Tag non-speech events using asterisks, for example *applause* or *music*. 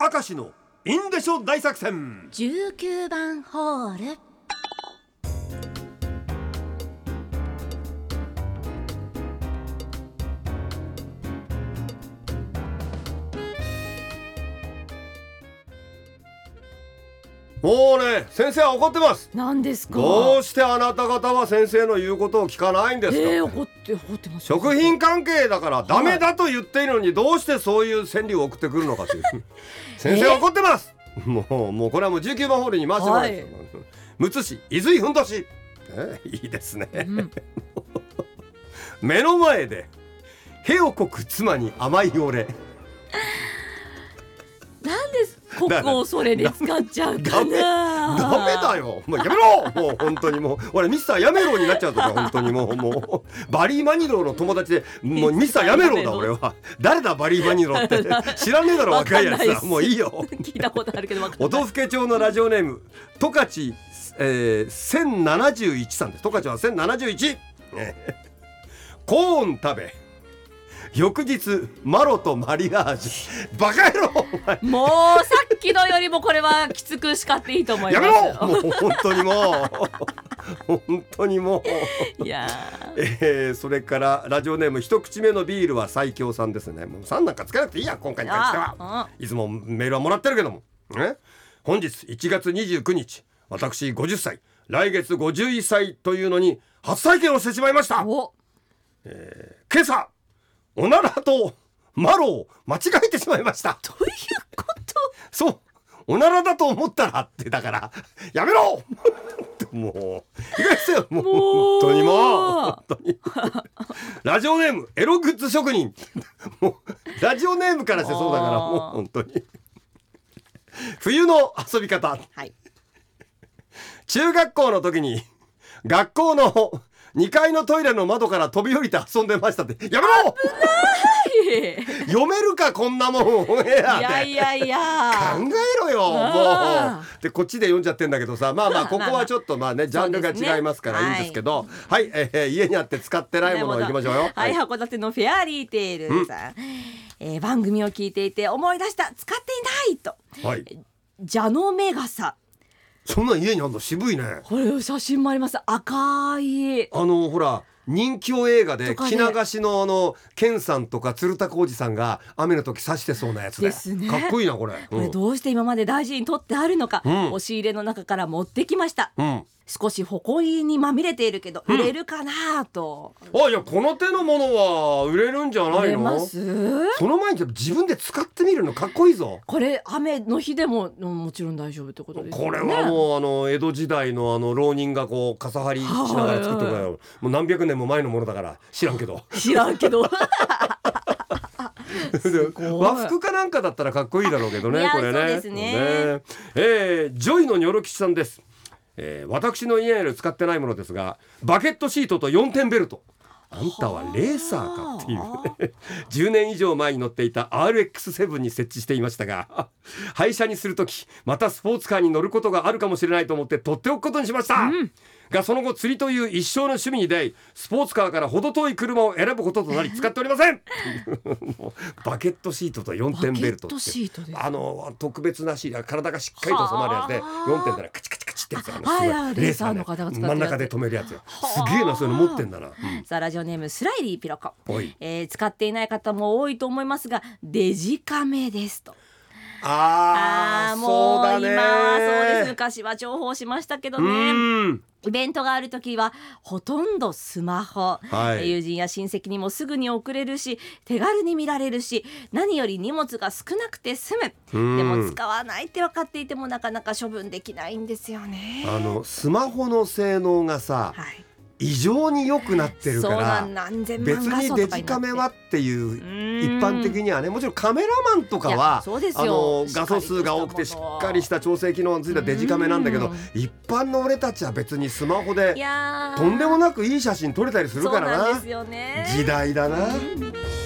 明石のインデショ大作戦19番ホールもうね先生は怒ってますなんですかどうしてあなた方は先生の言うことを聞かないんですか、えー、怒って怒ってます食品関係だからダメだと言っているのにどうしてそういう川柳を送ってくるのかと *laughs* いう先生は怒ってます、もうもうこれはもう19番ホールに回してもらいます、むつ市伊豆井ふんどし、ねいいですね、うん目の前で屁をこく妻に甘い俺なんですここをそれで使っちゃうダかメなダメだよお前やめろもう本当にもう俺ミスターやめろになっちゃうとか本当にもうもうバリー・マニローの友達でもうミスターやめろだ俺は誰だバリー・マニローって知らねえだろわ若かいんなやいつですはもういいよ聞いたことあるけどわかんおない豆腐家町のラジオネーム十勝、えー、1071さんです十勝は1071、ねコーン食べ翌日マロとマリアージュバカ野郎お前もうさっきのよりもこれはきつく叱っていいと思いやますめろもう本当にもう本当にもう、いやえー、それからラジオネーム一口目のビールは最強さんですねもう3なんかつけなくていいや今回ーに関しては。あいつもメールはもらってるけども、ね、本日1月29日私50歳来月51歳というのに初体験をしてしまいましたうんお今朝おならとマロを間違えてしまいましたどういうことそうおならだと思ったらってだからやめろ *laughs* もう意外ですよもうもう本当にもう本当にラジオネームエログッズ職人もうラジオネームからしてそうだからあーもう本当に冬の遊び方はい中学校の時に学校の2階のトイレの窓から飛び降りて遊んでましたってやめろ読めるかこんなもんオンエアいでやいやい考やえろよもあうでこっちで読んじゃってんだけどさまあまあここはちょっとまあねジャンルが違いますからそういでいんすねですけどはい、えー家にあって使ってないものをいきましょうよ、はい、函館のフェアリーテールさん、えー番組を聞いていて思い出した使っていないとはい、蛇の目傘そんなん家にあんの渋いねこれ写真もあります赤いあのほら人気を映画でとか着ね流しのあの健さんとか鶴田浩二さんが雨の時刺してそうなやつでですねかっこいいなこれこれどうして今まで大事に取ってあるのか、うん押し入れの中から持ってきましたうん、うん少し埃にまみれているけど売れるかなと、あいやこの手のものは売れるんじゃな売いれまのすその前にちょっと自分で使ってみるのかっこいいぞこれ雨の日でもうんもちろん大丈夫ってことですこよれねはもうあの江戸時代のあの浪人がこう傘張りしながら作ってたからもう何百年も前のものだから知らんけど知らん *laughs* けどすごい和服かなんかだったらかっこいいだろうけどいねやこれねそうですねえージョイのニョロ吉さんです、えー私の家にある使ってないものですがバケットシートと4点ベルトあんたはレーサーかっていうは10年以上前に乗っていた RX7 に設置していましたが廃車にする時またスポーツカーに乗ることがあるかもしれないと思って取っておくことにしました、がその後釣りという一生の趣味に出会いスポーツカーから程遠い車を選ぶこととなり使っておりませんもうバケットシートと4点ベルトってバケットシートですあの特別なシート体がしっかりと収まるやつではあ4点ならカチカチカチってやつあのあすごいあいレーサやーレーサーの方が使ってるやつ真ん中で止めるやつよすげえなそういうの持ってんだな、うんさあラジオネームスライリーピロコ、おいえー使っていない方も多いと思いますがデジカメですとあーーそもううだ今ねはそうです昔は情報しましたけどうねんイベントがある時はほとんどスマホ、はい友人や親戚にもすぐに送れるし手軽に見られるし何より荷物が少なくて済むうんでも使わないって分かっていてもなかなか処分できないんですよね。あのスマホの性能がさはい、異常に良くなってるそうかならん何千万別画素にとかになってデジカメはっていう一一般的にはねもちろんカメラマンとかいやはそうですよあのしっか画りと素数が多くてししたものっかりした調整機能がついたデジカメなんだけどうん一般の俺たちは別にスマホでいやーとんでもなくいい写真撮れたりするからそうなんなですよね時代だな。うん